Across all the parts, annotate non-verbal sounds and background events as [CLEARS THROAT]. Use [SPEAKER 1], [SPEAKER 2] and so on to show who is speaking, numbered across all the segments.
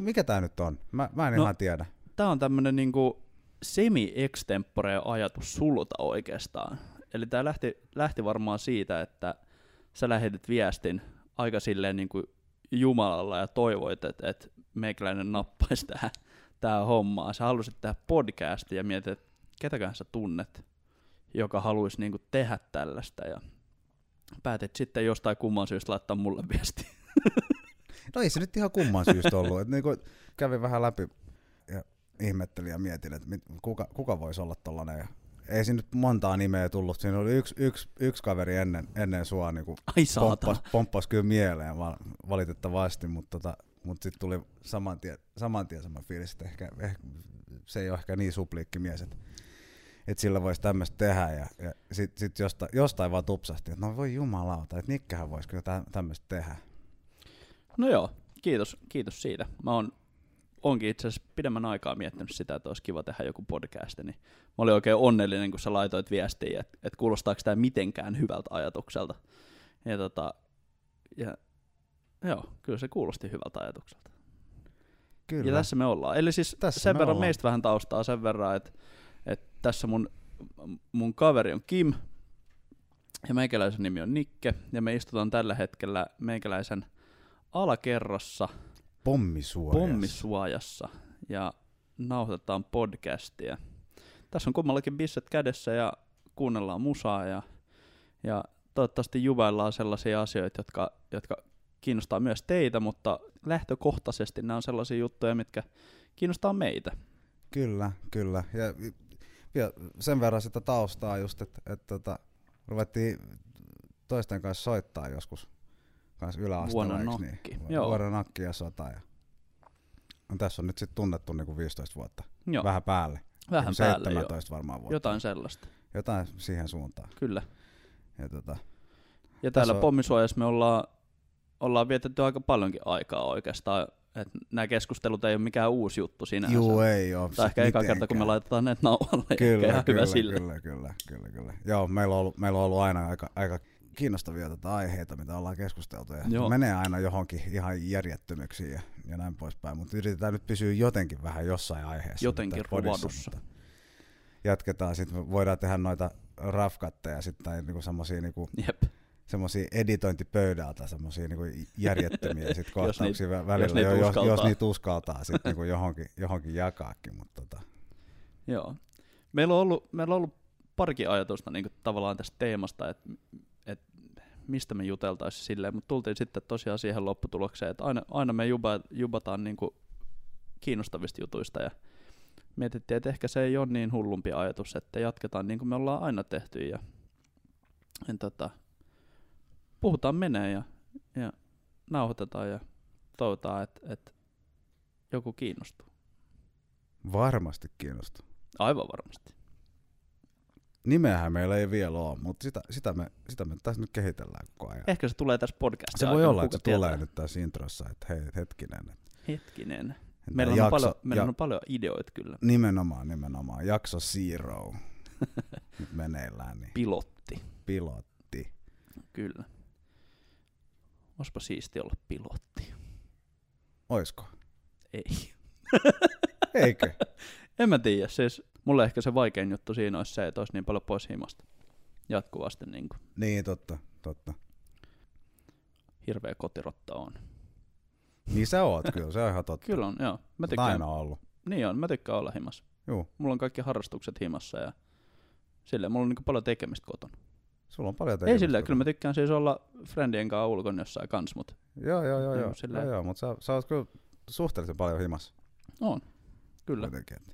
[SPEAKER 1] mikä tämä nyt on? Mä, mä en
[SPEAKER 2] No,
[SPEAKER 1] ihan tiedä.
[SPEAKER 2] Tämä on tämmöinen niinku semi-extempore ajatus sulta oikeastaan. Eli tämä lähti, lähti varmaan siitä, että sä lähetit viestin aika silleen niinku Jumalalla ja toivoit, että, että meikäläinen nappaisi tähän tää hommaa. Sä halusit tehdä podcastia ja mietit, että ketäköhän sä tunnet, joka haluaisi niinku tehdä tällaista. Ja päätit sitten jostain kumman syystä laittaa mulle viesti.
[SPEAKER 1] No ei se nyt ihan kumman syystä ollut. Et niinku kävin vähän läpi ja ihmettelin ja mietin, että mit- kuka, kuka voisi olla tollanen. Ei siinä nyt montaa nimeä tullut. Siinä oli yksi, yksi, yksi kaveri ennen, ennen sua niinku
[SPEAKER 2] Ai saatana.
[SPEAKER 1] pomppas, pomppas kyllä mieleen val- valitettavasti, mutta tota, mut sitten tuli saman tien, saman tien sama fiilis, että ehkä, ehkä, se ei ole ehkä niin supliikkimies, että et sillä voisi tämmöistä tehdä. Ja, ja sitten sit josta, jostain vaan tupsahti, että no voi jumalauta, että Nikkähän voisi kyllä tä- tämmöistä tehdä.
[SPEAKER 2] No joo, kiitos, kiitos siitä. Mä oon, onkin itse asiassa pidemmän aikaa miettinyt sitä, että olisi kiva tehdä joku podcast, niin mä olin oikein onnellinen, kun sä laitoit viestiä, että, että kuulostaako tämä mitenkään hyvältä ajatukselta. Ja tota, ja, joo, kyllä se kuulosti hyvältä ajatukselta.
[SPEAKER 1] Kyllä.
[SPEAKER 2] Ja tässä me ollaan. Eli siis
[SPEAKER 1] Tässä
[SPEAKER 2] tässä sen
[SPEAKER 1] me
[SPEAKER 2] verran
[SPEAKER 1] ollaan.
[SPEAKER 2] meistä vähän taustaa, sen verran, että, että tässä mun, mun kaveri on Kim, ja meikäläisen nimi on Nikke, ja me istutaan tällä hetkellä meikäläisen alakerrassa,
[SPEAKER 1] Pommisuoja.
[SPEAKER 2] pommisuojassa ja nauhoitetaan podcastia. Tässä on kummallakin bisset kädessä ja kuunnellaan musaa ja, ja toivottavasti juvaillaan sellaisia asioita, jotka, jotka kiinnostaa myös teitä, mutta lähtökohtaisesti nämä on sellaisia juttuja, mitkä kiinnostaa meitä.
[SPEAKER 1] Kyllä, kyllä. Ja vi- vielä sen verran sitä taustaa just, että et, tota, ruvettiin toisten kanssa soittaa joskus kans yläasteella,
[SPEAKER 2] Vuonna
[SPEAKER 1] eiks
[SPEAKER 2] nakki,
[SPEAKER 1] Niin?
[SPEAKER 2] joo.
[SPEAKER 1] Vuoden nakki ja sota. Ja... No, tässä on nyt sitten tunnettu niinku 15 vuotta.
[SPEAKER 2] Joo, vähän,
[SPEAKER 1] Vähän päälle.
[SPEAKER 2] vähän
[SPEAKER 1] Joku
[SPEAKER 2] päälle jo.
[SPEAKER 1] 17 varmaan vuotta.
[SPEAKER 2] Jotain sellaista,
[SPEAKER 1] Jotain siihen suuntaan.
[SPEAKER 2] kyllä.
[SPEAKER 1] Ja tota,
[SPEAKER 2] Ja täällä
[SPEAKER 1] on-
[SPEAKER 2] pommisuojassa me ollaan, ollaan vietetty aika paljonkin aikaa oikeastaan. Et nämä keskustelut ei ole mikään uusi juttu sinänsä.
[SPEAKER 1] juu ei oo. siis
[SPEAKER 2] Tai ehkä eka kerta, kun me laitetaan ne nauhalle.
[SPEAKER 1] kyllä,
[SPEAKER 2] Kyllä, ihan
[SPEAKER 1] kyllä,
[SPEAKER 2] hyvä sille.
[SPEAKER 1] Kyllä, kyllä, kyllä, kyllä. Joo, meillä on ollut, meillä on ollut aina aika, aika kiinnostavia tätä aiheita, mitä ollaan keskusteltu. Ja
[SPEAKER 2] Joo.
[SPEAKER 1] menee aina johonkin ihan järjettömyyksiin ja, ja näin poispäin. Mutta yritetään nyt pysyä jotenkin vähän jossain aiheessa.
[SPEAKER 2] Jotenkin
[SPEAKER 1] nyt tässä podissa,
[SPEAKER 2] ruodussa.
[SPEAKER 1] mutta Jatketaan, sitten voidaan tehdä noita rafkatteja sit, tai niinku semmoisia niinku,
[SPEAKER 2] Jep.
[SPEAKER 1] semmoisia editointipöydältä semmoisia niinku
[SPEAKER 2] [LAUGHS]
[SPEAKER 1] järjettömiä sit kohtauksia jos välillä,
[SPEAKER 2] jos niitä
[SPEAKER 1] jo- jos, jos
[SPEAKER 2] uskaltaa.
[SPEAKER 1] niitä uskaltaa sit niinku johonkin, johonkin jakaakin. Mutta tota,
[SPEAKER 2] Joo. Meillä on ollut, meillä on ollut parikin ajatusta niin tavallaan tästä teemasta, että et, mistä me juteltaisiin silleen, mutta tultiin sitten tosiaan siihen lopputulokseen, että aina, aina me juba, jubataan niin kiinnostavista jutuista ja mietittiin, että ehkä se ei ole niin hullumpi ajatus, että jatketaan niin kuin me ollaan aina tehty ja, ja tota, puhutaan menee ja, ja nauhoitetaan ja toivotaan, että, että joku kiinnostuu.
[SPEAKER 1] varmasti kiinnostaa.
[SPEAKER 2] Aivan varmasti.
[SPEAKER 1] Nimeähän meillä ei vielä ole, mutta sitä, sitä, me, sitä me tässä nyt kehitellään koko ajan.
[SPEAKER 2] Ehkä Eh, se tulee tässä podcastissa.
[SPEAKER 1] se voi olla, että se tulee nyt tässä introssa, että hei, hetkinen. Että
[SPEAKER 2] Hetkinen.
[SPEAKER 1] että
[SPEAKER 2] Meillä on,
[SPEAKER 1] jakso,
[SPEAKER 2] paljon, meillä
[SPEAKER 1] ja-
[SPEAKER 2] on paljon ideoita kyllä.
[SPEAKER 1] Nimenomaan, nimenomaan. Jakso
[SPEAKER 2] [LAUGHS]
[SPEAKER 1] Zero nyt meneillään, niin
[SPEAKER 2] Pilotti,
[SPEAKER 1] pilotti.
[SPEAKER 2] kyllä. Olisipa siisti olla pilotti.
[SPEAKER 1] Oisko?
[SPEAKER 2] Ei. [LAUGHS]
[SPEAKER 1] Eikö?
[SPEAKER 2] En mä tiedä, siis mulle ehkä se vaikein juttu siinä olisi se, että olisi niin paljon pois himasta. Jatkuvasti niin kuin
[SPEAKER 1] niin, totta, totta.
[SPEAKER 2] hirveä kotirotta on.
[SPEAKER 1] Niin sä oot kyllä, se on ihan totta.
[SPEAKER 2] Kyllä on, joo. Mä
[SPEAKER 1] Mä
[SPEAKER 2] tykkään,
[SPEAKER 1] Aina ollut.
[SPEAKER 2] niin on, mä tykkään olla himas.
[SPEAKER 1] Juu,
[SPEAKER 2] Mulla on kaikki harrastukset himassa ja silleen, mulla on niin paljon tekemistä kotona.
[SPEAKER 1] sulla on paljon
[SPEAKER 2] Ei
[SPEAKER 1] tekemistä.
[SPEAKER 2] silleen, kyllä mä tykkään siis olla friendien kanssa ulkon jossain kans, mutta
[SPEAKER 1] Joo, joo, joo,
[SPEAKER 2] Niin,
[SPEAKER 1] joo,
[SPEAKER 2] silleen-
[SPEAKER 1] joo, joo mutta sä, sä oot kyllä suhteellisen paljon himas.
[SPEAKER 2] on. Kyllä.
[SPEAKER 1] Kuitenkin. että-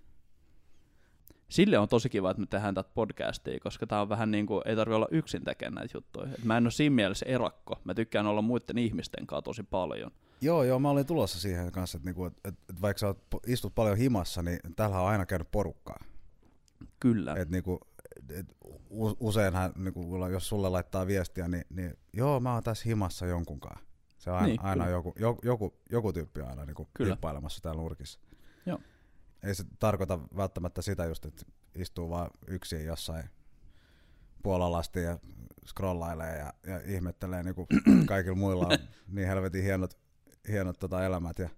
[SPEAKER 2] sille on tosi kiva, että me tehdään tätä podcastia, koska tämä on vähän niin kuin, ei tarvitse olla yksin tekemään näitä juttuja. Et mä en ole siinä mielessä erakko. Mä tykkään olla muiden ihmisten kanssa tosi paljon.
[SPEAKER 1] Joo, joo, mä olin tulossa siihen kanssa, että niinku, et, et, et vaikka sä oot, po- istut paljon himassa, niin täällä on aina käynyt porukkaa.
[SPEAKER 2] Kyllä. Et,
[SPEAKER 1] Et niinku, et u- useinhan, niinku, jos sulle laittaa viestiä, niin, niin joo, mä oon tässä himassa jonkun kanssa. Se on aina,
[SPEAKER 2] Niin,
[SPEAKER 1] niin, aina
[SPEAKER 2] kyllä.
[SPEAKER 1] joku, joku, joku, joku tyyppi aina niinku
[SPEAKER 2] Kyllä.
[SPEAKER 1] hyppailemassa täällä nurkissa.
[SPEAKER 2] Joo.
[SPEAKER 1] Ei se tarkoita välttämättä sitä just, että istuu vaan yksin jossain puolalasti ja scrollailee ja, ja niinku [CLEARS THROAT]
[SPEAKER 2] [CLEARS THROAT]
[SPEAKER 1] ihmettelee, niin kuin kaikilla muilla on niin helvetin hienot, hienot tota elämät ja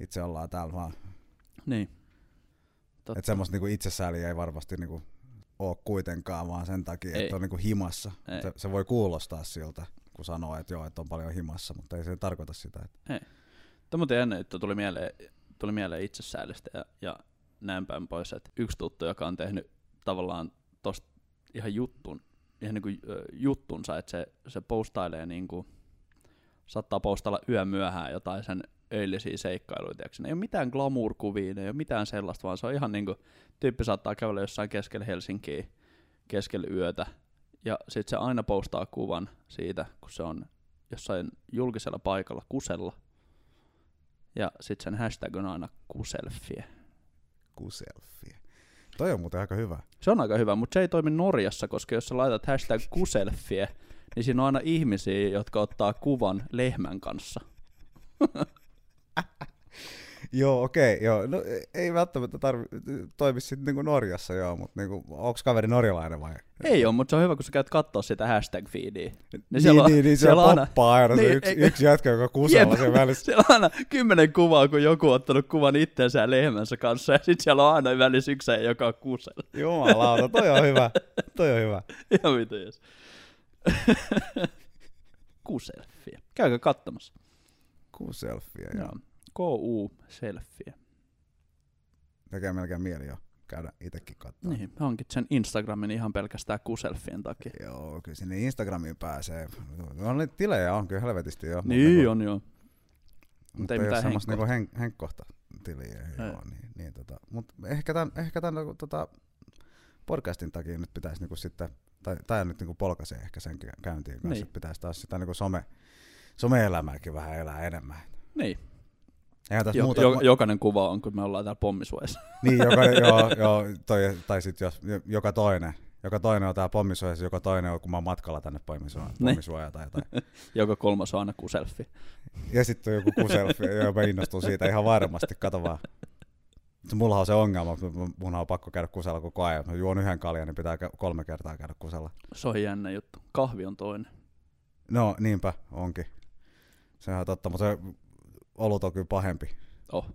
[SPEAKER 1] itse ollaan täällä vaan.
[SPEAKER 2] Niin.
[SPEAKER 1] Että semmoista niinku itsesääliä ei varmasti niinku ole kuitenkaan, vaan sen takia,
[SPEAKER 2] Ei.
[SPEAKER 1] että on niinku himassa.
[SPEAKER 2] Ei.
[SPEAKER 1] Se, se voi kuulostaa siltä, kun sanoo, että joo, että on paljon himassa, mutta ei se tarkoita sitä. Että
[SPEAKER 2] Tämä muuten ennen, että tuli mieleen, tuli mieleen itsesäälistä ja, ja näin päin pois, että yksi tuttu, joka on tehnyt tavallaan tosta ihan juttun, ihan niin kuin ö, juttunsa, että se, se postailee niin kuin, saattaa postailla yö myöhään jotain sen öillisiä seikkailuja, tiiäks. Ne ei ole mitään glamour-kuvia, ne ei ole mitään sellaista, vaan se on ihan niin kuin, tyyppi saattaa kävellä jossain keskellä Helsinkiä, keskellä yötä, ja sitten se aina postaa kuvan siitä, kun se on jossain julkisella paikalla kusella, ja sitten sen hashtag on aina kuselfie.
[SPEAKER 1] kuselfie. Toi on muuten aika hyvä.
[SPEAKER 2] Se on aika hyvä, mutta se ei toimi Norjassa, koska jos sä laitat hashtag kuselfie, niin siinä on aina ihmisiä, jotka ottaa kuvan lehmän kanssa.
[SPEAKER 1] Joo, okei, okay, joo. No, ei välttämättä tarvi, toimi sitten niinku Norjassa, joo, mutta niinku, onko kaveri norjalainen vai?
[SPEAKER 2] Ei ole, mutta se on hyvä, kun sä käyt katsoa sitä hashtag feediä.
[SPEAKER 1] Niin,
[SPEAKER 2] No siellä
[SPEAKER 1] niin,
[SPEAKER 2] on-
[SPEAKER 1] niin, niin
[SPEAKER 2] siellä
[SPEAKER 1] siellä
[SPEAKER 2] on aina-
[SPEAKER 1] poppaa aina se
[SPEAKER 2] Niin,
[SPEAKER 1] yksi,
[SPEAKER 2] eikö-
[SPEAKER 1] yksi jätkä, joka kusella
[SPEAKER 2] Jep.
[SPEAKER 1] sen välissä.
[SPEAKER 2] Siellä on aina kymmenen kuvaa, kun joku on ottanut kuvan itsensä ja lehmänsä kanssa, ja sitten siellä on aina välissä yksi, äijä, joka on kusel. [LAUGHS]
[SPEAKER 1] Jumalauta, toi on hyvä. Toi on hyvä.
[SPEAKER 2] Ja mitä jos. [LAUGHS] kuselfie. Käykö katsomassa?
[SPEAKER 1] Kuselfie, joo.
[SPEAKER 2] K-U-selfie.
[SPEAKER 1] Tekee melkein mieli jo käydä itsekin katsomaan.
[SPEAKER 2] Niin, hankit sen Instagramin ihan pelkästään kuselfien takia.
[SPEAKER 1] Joo, kyllä sinne Instagramiin pääsee. On niitä tilejä, on kyllä helvetisti joo. mut
[SPEAKER 2] Niin
[SPEAKER 1] niinku-
[SPEAKER 2] on joo.
[SPEAKER 1] Mutta ei,
[SPEAKER 2] ei
[SPEAKER 1] ei ole
[SPEAKER 2] mitään
[SPEAKER 1] semmoista niinku hen, henkkohta tiliä.
[SPEAKER 2] Ei.
[SPEAKER 1] Joo, niin, niin tota. Mutta ehkä tämän, ehkä tämän niinku, tota, podcastin takia nyt pitäisi niinku sitten, tai tämä nyt niinku polkaisee ehkä sen kä- käyntiin kanssa,
[SPEAKER 2] Niin.
[SPEAKER 1] niin. että pitäisi taas sitä niinku some, some-elämääkin vähän elää enemmän.
[SPEAKER 2] Niin,
[SPEAKER 1] Eihän tässä
[SPEAKER 2] jo,
[SPEAKER 1] muuta,
[SPEAKER 2] jo, jokainen kuva on, kun me ollaan täällä pommisuojassa.
[SPEAKER 1] Niin,
[SPEAKER 2] [LAUGHS]
[SPEAKER 1] joka, joo, joo, toi, tai sitten jos, jo- joka toinen. Joka toinen on tää pommisuoja, siis joka toinen on, kun mä oon matkalla tänne pommisuoja,
[SPEAKER 2] Niin.
[SPEAKER 1] pommisuoja tai jotain.
[SPEAKER 2] Joka kolmas on aina kuselfi.
[SPEAKER 1] Ja sitten on joku kuselfi, ja mä innostun siitä ihan varmasti, kato vaan. Se- Mulla on se ongelma, että mun- mun on pakko käydä kusella koko ajan. Mä juon yhden kaljan, niin pitää kä- kolme kertaa käydä kusella.
[SPEAKER 2] Se on jännä juttu. Kahvi on toinen.
[SPEAKER 1] No niinpä, onkin. Se on ihan totta, mutta se olut on kyllä pahempi.
[SPEAKER 2] Oh,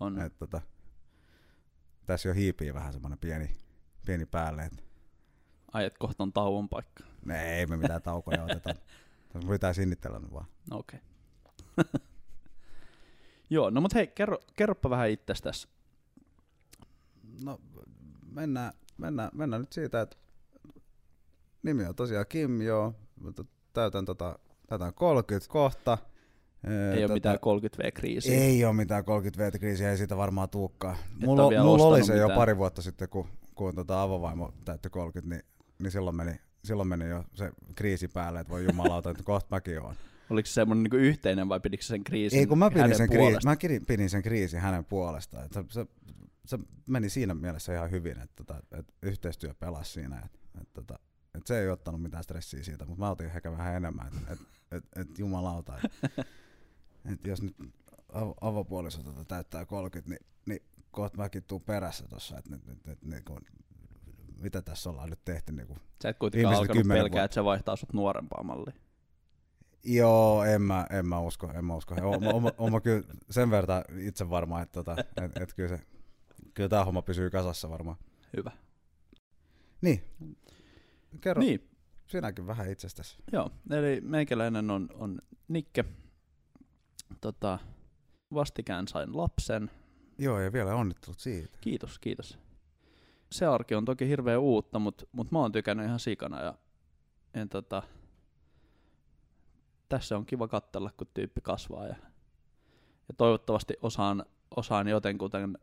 [SPEAKER 2] on.
[SPEAKER 1] Et, tota, tässä jo hiipii vähän semmoinen pieni, pieni päälle, et
[SPEAKER 2] Ai, et kohta on tauon paikka.
[SPEAKER 1] Me ei me mitään taukoja oteta. Tässä pitää sinnitellä nyt vaan.
[SPEAKER 2] No okei. [LAUGHS] Okay. Joo, no mut hei, kerro, kerropa vähän itsestäsi.
[SPEAKER 1] No mennään, mennään, mennään nyt siitä, että nimi on tosiaan Kim, joo. Mutta Täytän, tota, täytän 30 kohta. Öö,
[SPEAKER 2] Ei ole
[SPEAKER 1] tota,
[SPEAKER 2] mitään 30V-kriisiä.
[SPEAKER 1] Ei ole mitään 30 kriisiä ei siitä varmaan tuukkaa.
[SPEAKER 2] ole
[SPEAKER 1] Mulla,
[SPEAKER 2] vielä
[SPEAKER 1] mulla oli
[SPEAKER 2] ostanut
[SPEAKER 1] se jo
[SPEAKER 2] mitään.
[SPEAKER 1] pari vuotta sitten, kun, kun tota avovaimo täytti 30, niin, niin silloin, meni, silloin meni jo se kriisi päälle, että voi jumalauta, että kohta mäkin oon.
[SPEAKER 2] Oliko se semmoinen niinku yhteinen vai pidikö sä sen kriisin
[SPEAKER 1] Ei, kun mä pidin
[SPEAKER 2] hänen
[SPEAKER 1] sen, kriisi,
[SPEAKER 2] puolesta?
[SPEAKER 1] mä kiri- pidin sen kriisi hänen puolestaan. Et Se, se, se, meni siinä mielessä ihan hyvin, että, tota, että yhteistyö pelasi siinä. Että, että, tota, että se ei ottanut mitään stressiä siitä, mutta mä otin ehkä vähän enemmän. Että et, et, et, [LAUGHS] jumalauta, että et jos nyt av- avopuoliso tota täyttää 30, niin, niin kohta mäkin tuun perässä tuossa. Että nyt, nyt, nyt, niin kuin, mitä tässä ollaan nyt tehty niin kuin
[SPEAKER 2] Sä et kuitenkaan
[SPEAKER 1] Viimeiset
[SPEAKER 2] alkanut
[SPEAKER 1] kymmenen
[SPEAKER 2] pelkää,
[SPEAKER 1] vuotta.
[SPEAKER 2] että se vaihtaa sut nuorempaan malliin.
[SPEAKER 1] Joo, en mä, en mä usko, en mä usko. Oon, mä- oon, mä- oon mä kyllä sen verran itse varma, että tota, et, et kyllä, se, kyllä tää homma pysyy kasassa varmaan.
[SPEAKER 2] Hyvä.
[SPEAKER 1] Niin, kerro niin.
[SPEAKER 2] Niin,
[SPEAKER 1] sinäkin vähän itsestäsi.
[SPEAKER 2] Joo, eli meikäläinen on, on Nikke. Tota, vastikään sain lapsen.
[SPEAKER 1] Joo, ja vielä onnittelut siitä.
[SPEAKER 2] Kiitos, kiitos. Se arki on toki hirveä uutta, mutta mut mä oon tykännyt ihan sikana. Ja, en, tota, tässä on kiva katsella, kun tyyppi kasvaa. Ja, ja toivottavasti osaan, osaan jotenkuten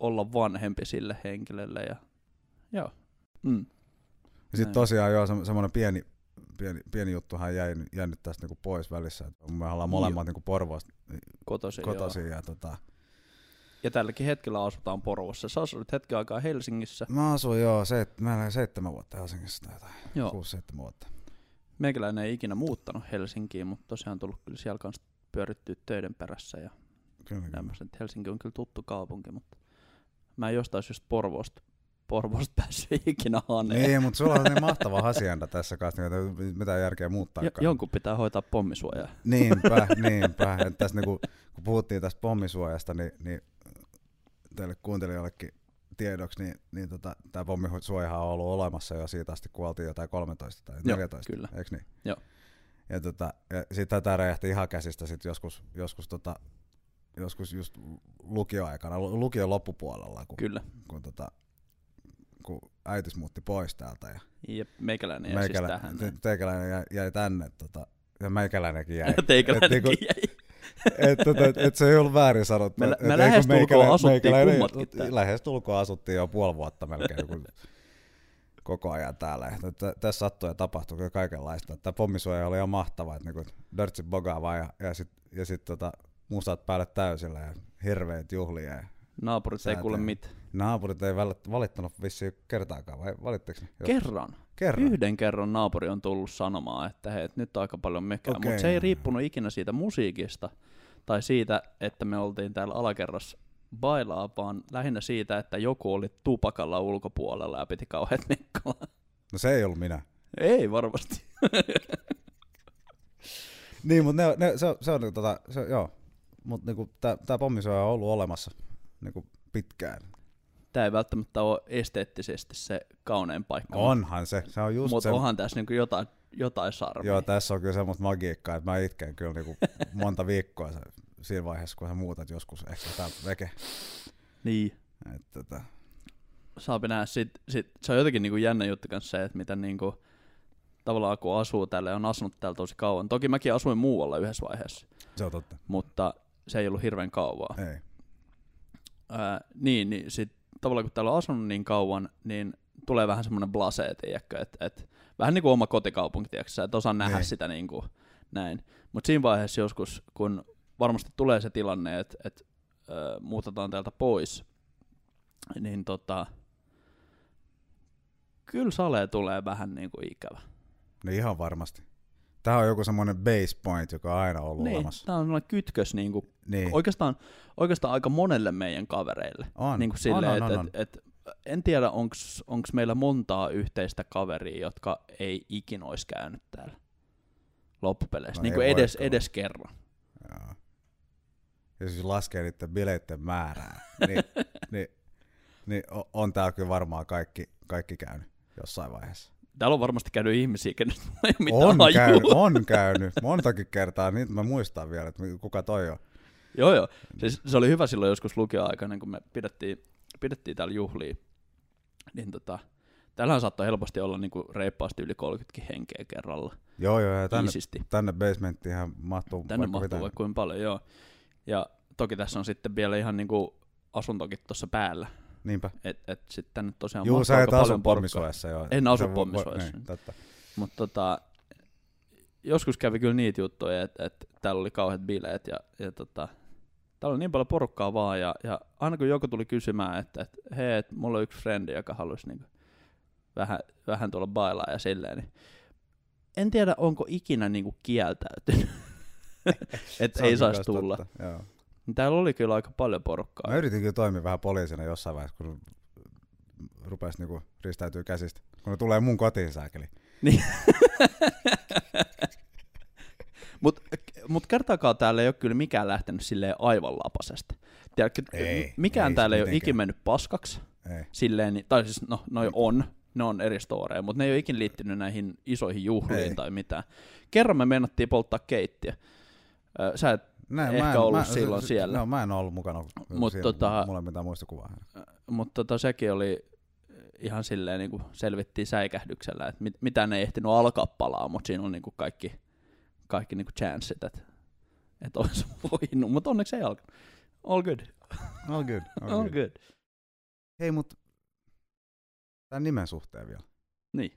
[SPEAKER 2] olla vanhempi sille henkilölle. Ja, joo. Mm.
[SPEAKER 1] Ja sit
[SPEAKER 2] Näin.
[SPEAKER 1] tosiaan joo, se, semmoinen pieni, pieni, pieni juttuhan jäi, jäi nyt tästä niinku pois välissä. Et Me ollaan molemmat niinku Porvoosta
[SPEAKER 2] Kotoisin, Niin. joo.
[SPEAKER 1] kotoisin ja tota,
[SPEAKER 2] Ja tälläkin hetkellä asutaan Porvossa. Sä asut hetken aikaa Helsingissä.
[SPEAKER 1] mä asun joo, seit, mä olen seitsemän vuotta Helsingissä tai jotain,
[SPEAKER 2] Joo.
[SPEAKER 1] kuusi seitsemän vuotta.
[SPEAKER 2] Meikäläinen ei ikinä muuttanut Helsinkiin, mutta tosiaan tullut kyllä siellä kanssa pyörittyä töiden perässä ja
[SPEAKER 1] Kyllä, kyllä.
[SPEAKER 2] tämmöistä. Helsinki on kyllä tuttu kaupunki, mutta mä en jostain syystä Porvoosta Porvosta päässyt ikinä haneen.
[SPEAKER 1] Niin, mutta sulla on niin mahtava hasienda tässä kanssa, niin mitä järkeä muuttaa.
[SPEAKER 2] Jo, jonkun pitää hoitaa pommisuojaa.
[SPEAKER 1] Niinpä, niinpä. Et tässä niinku, kun puhuttiin tästä pommisuojasta, niin, niin teille kuuntelijoillekin tiedoksi, niin, niin tota, tämä pommisuojahan on ollut olemassa jo siitä asti, kun oltiin jotain 13 tai 14,
[SPEAKER 2] kyllä.
[SPEAKER 1] eikö niin?
[SPEAKER 2] Joo.
[SPEAKER 1] Ja, tota, ja sitten tämä räjähti ihan käsistä sit joskus, joskus, tota, joskus just lukioaikana, lu- lukion loppupuolella, kun,
[SPEAKER 2] Kyllä.
[SPEAKER 1] kun, tota, kun äitis muutti pois täältä ja
[SPEAKER 2] Jep, meikäläinen jäi
[SPEAKER 1] Meikälä,
[SPEAKER 2] siis tähän.
[SPEAKER 1] te- teikäläinen jäi, jäi tänne, tota, ja meikäläinenkin jäi.
[SPEAKER 2] [LAUGHS] Teikäläinenkin
[SPEAKER 1] niinku-
[SPEAKER 2] jäi.
[SPEAKER 1] et, tota, et, et, se ei ollut väärin sanottu.
[SPEAKER 2] Me lä-
[SPEAKER 1] et- et
[SPEAKER 2] me
[SPEAKER 1] ei, kun
[SPEAKER 2] lähestulkoon
[SPEAKER 1] meikäläinen-
[SPEAKER 2] asuttiin
[SPEAKER 1] meikäläinen-
[SPEAKER 2] kummatkin täällä.
[SPEAKER 1] Lähestulkoon asuttiin jo puoli vuotta melkein, kun koko ajan täällä. Et- et- Tässä sattuu ja tapahtuu kyllä kaikenlaista. Tämä pommisuoja oli ihan mahtava, että niinku Dirtsi bogaa vaan ja, ja sitten ja sit, tota, mustat päälle täysillä ja hirveet juhlia. Ja
[SPEAKER 2] Naapurit ei
[SPEAKER 1] Sä
[SPEAKER 2] kuule
[SPEAKER 1] teet.
[SPEAKER 2] mitään.
[SPEAKER 1] naapurit ei väl- valittanut vissiin kertaakaan, vai valitteko ne? Jos-
[SPEAKER 2] Kerran.
[SPEAKER 1] Kerran.
[SPEAKER 2] Yhden kerran naapuri on tullut sanomaan, että hei, et nyt aika paljon mekää, okay.
[SPEAKER 1] Okei.
[SPEAKER 2] mutta se ei riippunut ikinä siitä musiikista tai siitä, että me oltiin täällä alakerrassa bailaa, vaan lähinnä siitä, että joku oli tupakalla ulkopuolella ja piti kauheat mekkalaa.
[SPEAKER 1] No se ei ollut minä.
[SPEAKER 2] [LAUGHS] Ei varmasti.
[SPEAKER 1] Niin, mutta ne, ne, se, on- se on niinku tota, se, joo. Mutta niinku, tää, tää pommisuoja on ollut olemassa niinku pitkään.
[SPEAKER 2] Tämä ei välttämättä ole esteettisesti se kaunein paikka,
[SPEAKER 1] Onhan se, se on just
[SPEAKER 2] mutta
[SPEAKER 1] se.
[SPEAKER 2] onhan tässä niinku jotain, jotain sarvia.
[SPEAKER 1] Joo, tässä on kyllä semmoista magiikkaa, että mä itken kyllä niinku monta viikkoa se, siinä vaiheessa, kun sä muutat joskus ehkä täältä veke.
[SPEAKER 2] Niin.
[SPEAKER 1] Et, tota,
[SPEAKER 2] saapi nähdä. Sit, sit, se on jotenkin niinku jännä juttu kanssa se, että miten niinku, tavallaan kun asuu täällä ja on asunut täällä tosi kauan. Toki mäkin asuin muualla yhdessä vaiheessa,
[SPEAKER 1] se on totta.
[SPEAKER 2] mutta se ei ollut hirveän kauaa.
[SPEAKER 1] Ei.
[SPEAKER 2] Ää, niin, niin sit, tavallaan kun täällä on asunut niin kauan, niin tulee vähän semmoinen blase, tiedätkö, että et, vähän niin kuin oma kotikaupunki, tiedätkö, sä et osaa nähdä
[SPEAKER 1] Niin.
[SPEAKER 2] sitä niin kuin, näin. Mutta siinä vaiheessa joskus, kun varmasti tulee se tilanne, että et, ö, muutetaan täältä pois, niin tota, kyllä sale tulee vähän niin kuin ikävä.
[SPEAKER 1] No ihan varmasti. Tää on joku semmoinen base point, joka on aina ollut
[SPEAKER 2] Niin,
[SPEAKER 1] olemassa.
[SPEAKER 2] tämä on sellainen kytkös niin kuin,
[SPEAKER 1] Niin.
[SPEAKER 2] oikeastaan, oikeastaan aika monelle meidän kavereille.
[SPEAKER 1] on.
[SPEAKER 2] Niin kuin
[SPEAKER 1] on,
[SPEAKER 2] silleen,
[SPEAKER 1] on, on,
[SPEAKER 2] et,
[SPEAKER 1] on.
[SPEAKER 2] et, et, en tiedä, onko meillä montaa yhteistä kaveria, jotka ei ikin olisi käynyt täällä loppupeleissä.
[SPEAKER 1] No
[SPEAKER 2] No niin kuin
[SPEAKER 1] ei
[SPEAKER 2] edes,
[SPEAKER 1] voikaan.
[SPEAKER 2] edes kerran.
[SPEAKER 1] Joo. Ja siis laskee niiden bileiden määrää, niin,
[SPEAKER 2] [LAUGHS]
[SPEAKER 1] niin, niin o- on täällä kyllä varmaan kaikki, kaikki käynyt jossain vaiheessa.
[SPEAKER 2] Täällä on varmasti käynyt ihmisiä, kenet [LAUGHS] mulla ei ole mitään
[SPEAKER 1] on
[SPEAKER 2] hajua.
[SPEAKER 1] käynyt, on käynyt. Montakin kertaa, niitä mä muistan vielä, että kuka toi on.
[SPEAKER 2] [LAUGHS] Joo, joo. Siis, se oli hyvä silloin joskus lukioaikana, kun me pidettiin, pidettiin täällä juhlia. Niin tota, täällähän saattoi helposti olla niinku reippaasti yli 30 henkeä kerralla.
[SPEAKER 1] Joo, joo, ja tänne,
[SPEAKER 2] Iisisti.
[SPEAKER 1] tänne basementtiinhän mahtuu
[SPEAKER 2] Niin Tänne mahtuu
[SPEAKER 1] mitä.
[SPEAKER 2] vaikka kuinka paljon, joo. Ja toki tässä on sitten vielä ihan niinku asuntokin tuossa päällä.
[SPEAKER 1] Niinpä.
[SPEAKER 2] Et, et sitten tänne tosiaan
[SPEAKER 1] Juu,
[SPEAKER 2] mahtuu
[SPEAKER 1] sä et
[SPEAKER 2] aika
[SPEAKER 1] asu
[SPEAKER 2] paljon
[SPEAKER 1] pommisuojassa. Joo.
[SPEAKER 2] En asu
[SPEAKER 1] Se voi- voi-
[SPEAKER 2] pommisuojassa.
[SPEAKER 1] Niin, totta.
[SPEAKER 2] Mutta tota, joskus kävi kyllä niitä juttuja, että et täällä oli kauheat bileet ja, ja tota, täällä oli niin paljon porukkaa vaan ja, ja aina kun joku tuli kysymään, että et, hei, et mulla on yksi frendi, joka halusi niinku vähän, vähän tuolla bailaa ja silleen, niin en tiedä, onko ikinä niinku kieltäytynyt, [LAUGHS]
[SPEAKER 1] Se
[SPEAKER 2] että
[SPEAKER 1] on
[SPEAKER 2] ei
[SPEAKER 1] kyllä
[SPEAKER 2] saisi
[SPEAKER 1] kans
[SPEAKER 2] tulla.
[SPEAKER 1] totta, Joo.
[SPEAKER 2] Täällä oli kyllä aika paljon porukkaa.
[SPEAKER 1] Mä yritin kyllä toimia vähän poliisina jossain vaiheessa, kun rupesi niinku ristäytyä käsistä. Kun ne tulee mun kotiin saakeli.
[SPEAKER 2] Mutta mut kertaakaan täällä ei ole kyllä mikään lähtenyt silleen aivan lapasesta. Tiedätkö,
[SPEAKER 1] Ei,
[SPEAKER 2] mikään
[SPEAKER 1] ei
[SPEAKER 2] täällä ei
[SPEAKER 1] se
[SPEAKER 2] ole
[SPEAKER 1] mitenkään.
[SPEAKER 2] ikin mennyt paskaksi.
[SPEAKER 1] Ei.
[SPEAKER 2] Silleen, niin- tai siis no, noi on, ne on eri storeja, mutta ne ei ole ikin liittynyt näihin isoihin juhliin
[SPEAKER 1] Ei.
[SPEAKER 2] tai mitään. Kerran me meinattiin polttaa keittiö. Ö, Sä et,
[SPEAKER 1] Näin,
[SPEAKER 2] Ehkä
[SPEAKER 1] mä en,
[SPEAKER 2] ollut
[SPEAKER 1] mä,
[SPEAKER 2] silloin
[SPEAKER 1] se- se-
[SPEAKER 2] siellä.
[SPEAKER 1] No, mä en ollut mukana
[SPEAKER 2] Mut
[SPEAKER 1] Mut siinä,
[SPEAKER 2] tota-
[SPEAKER 1] tota... mulla ei mitään muistikuvaa.
[SPEAKER 2] mutta tota, sekin oli ihan silleen, niin kuin selvittiin säikähdyksellä, että mit, mitään ei ehtinyt alkaa palaa, mutta siinä on niin kuin kaikki, kaikki niin kuin chanssit, että, että olisi [LAUGHS] voinut, mutta onneksi ei alkanut. All good,
[SPEAKER 1] All good. All
[SPEAKER 2] all good.
[SPEAKER 1] Hei, mut tämän nimen suhteen vielä.
[SPEAKER 2] Niin.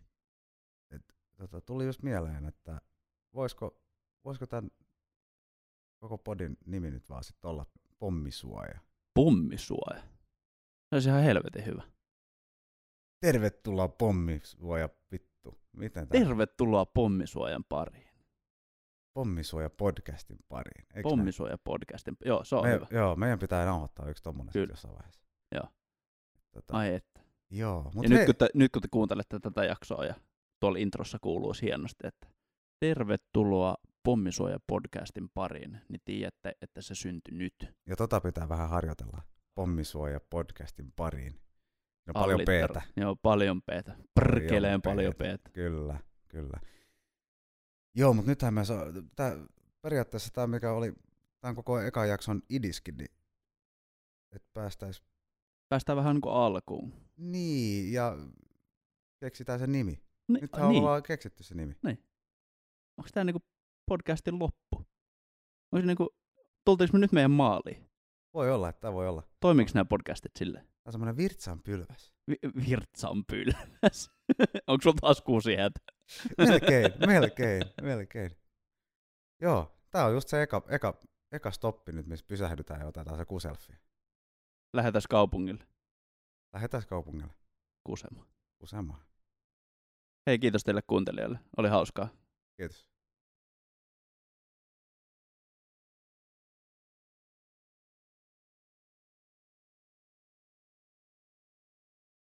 [SPEAKER 1] Et, tota, tuli just mieleen, että voisiko, voisiko tämän koko podin nimi nyt vaan sitten olla pommisuoja.
[SPEAKER 2] pommisuoja. Se olisi ihan helvetin hyvä.
[SPEAKER 1] Tervetuloa pommisuoja, vittu. Miten tämä
[SPEAKER 2] Tervetuloa pommisuojan pariin.
[SPEAKER 1] pommisuoja podcastin pariin? Eiks näin?
[SPEAKER 2] Pommisuoja podcastin. Joo, se on
[SPEAKER 1] Me,
[SPEAKER 2] hyvä.
[SPEAKER 1] joo, meidän pitää nauhoittaa yksi tommonen sit
[SPEAKER 2] Kyllä.
[SPEAKER 1] jossain vaiheessa.
[SPEAKER 2] Joo.
[SPEAKER 1] Tota,
[SPEAKER 2] Ai että.
[SPEAKER 1] Joo,
[SPEAKER 2] Mut ja
[SPEAKER 1] mutta
[SPEAKER 2] nyt kun, te, nyt kun te kuuntelette tätä jaksoa ja tuolla introssa kuuluu siis hienosti, että tervetuloa Pommisuoja-podcastin pariin, niin tiedätte, että se syntyi nyt.
[SPEAKER 1] ja tota pitää vähän harjoitella. Pommisuoja podcastin pariin. No paljon
[SPEAKER 2] Allitter-
[SPEAKER 1] peetä.
[SPEAKER 2] Joo, paljon peetä. Prkeleen paljon
[SPEAKER 1] peetä.
[SPEAKER 2] peetä.
[SPEAKER 1] Kyllä, kyllä. Joo, mutta nythän me saa, tää, periaatteessa tämä mikä oli tämän koko ekan jakson idiskin, niin että päästäis
[SPEAKER 2] Päästään vähän niin kuin alkuun.
[SPEAKER 1] niin ja keksitään se nimi.
[SPEAKER 2] Ni-
[SPEAKER 1] Nyt
[SPEAKER 2] niin.
[SPEAKER 1] ollaan keksitty se nimi.
[SPEAKER 2] Onko tämä niinku podcastin loppu? Onko niinku, tultiinko me nyt meidän maaliin?
[SPEAKER 1] Voi olla, että tämä voi olla. Tämä
[SPEAKER 2] Toimiiko nämä podcastit sille?
[SPEAKER 1] on semmoinen virtsan pylväs.
[SPEAKER 2] Vi- virtsan [LAUGHS] pylväs. Onko sulla taas kuusi häntä?
[SPEAKER 1] Melkein, melkein, melkein. Joo, tää on just se eka, eka, eka stoppi nyt, missä pysähdytään ja otetaan se kuselfi.
[SPEAKER 2] Lähetäs kaupungille
[SPEAKER 1] Lähetään kaupungille
[SPEAKER 2] kusema.
[SPEAKER 1] useammaan.
[SPEAKER 2] Hei, kiitos teille kuuntelijoille. Oli hauskaa.
[SPEAKER 1] Kiitos.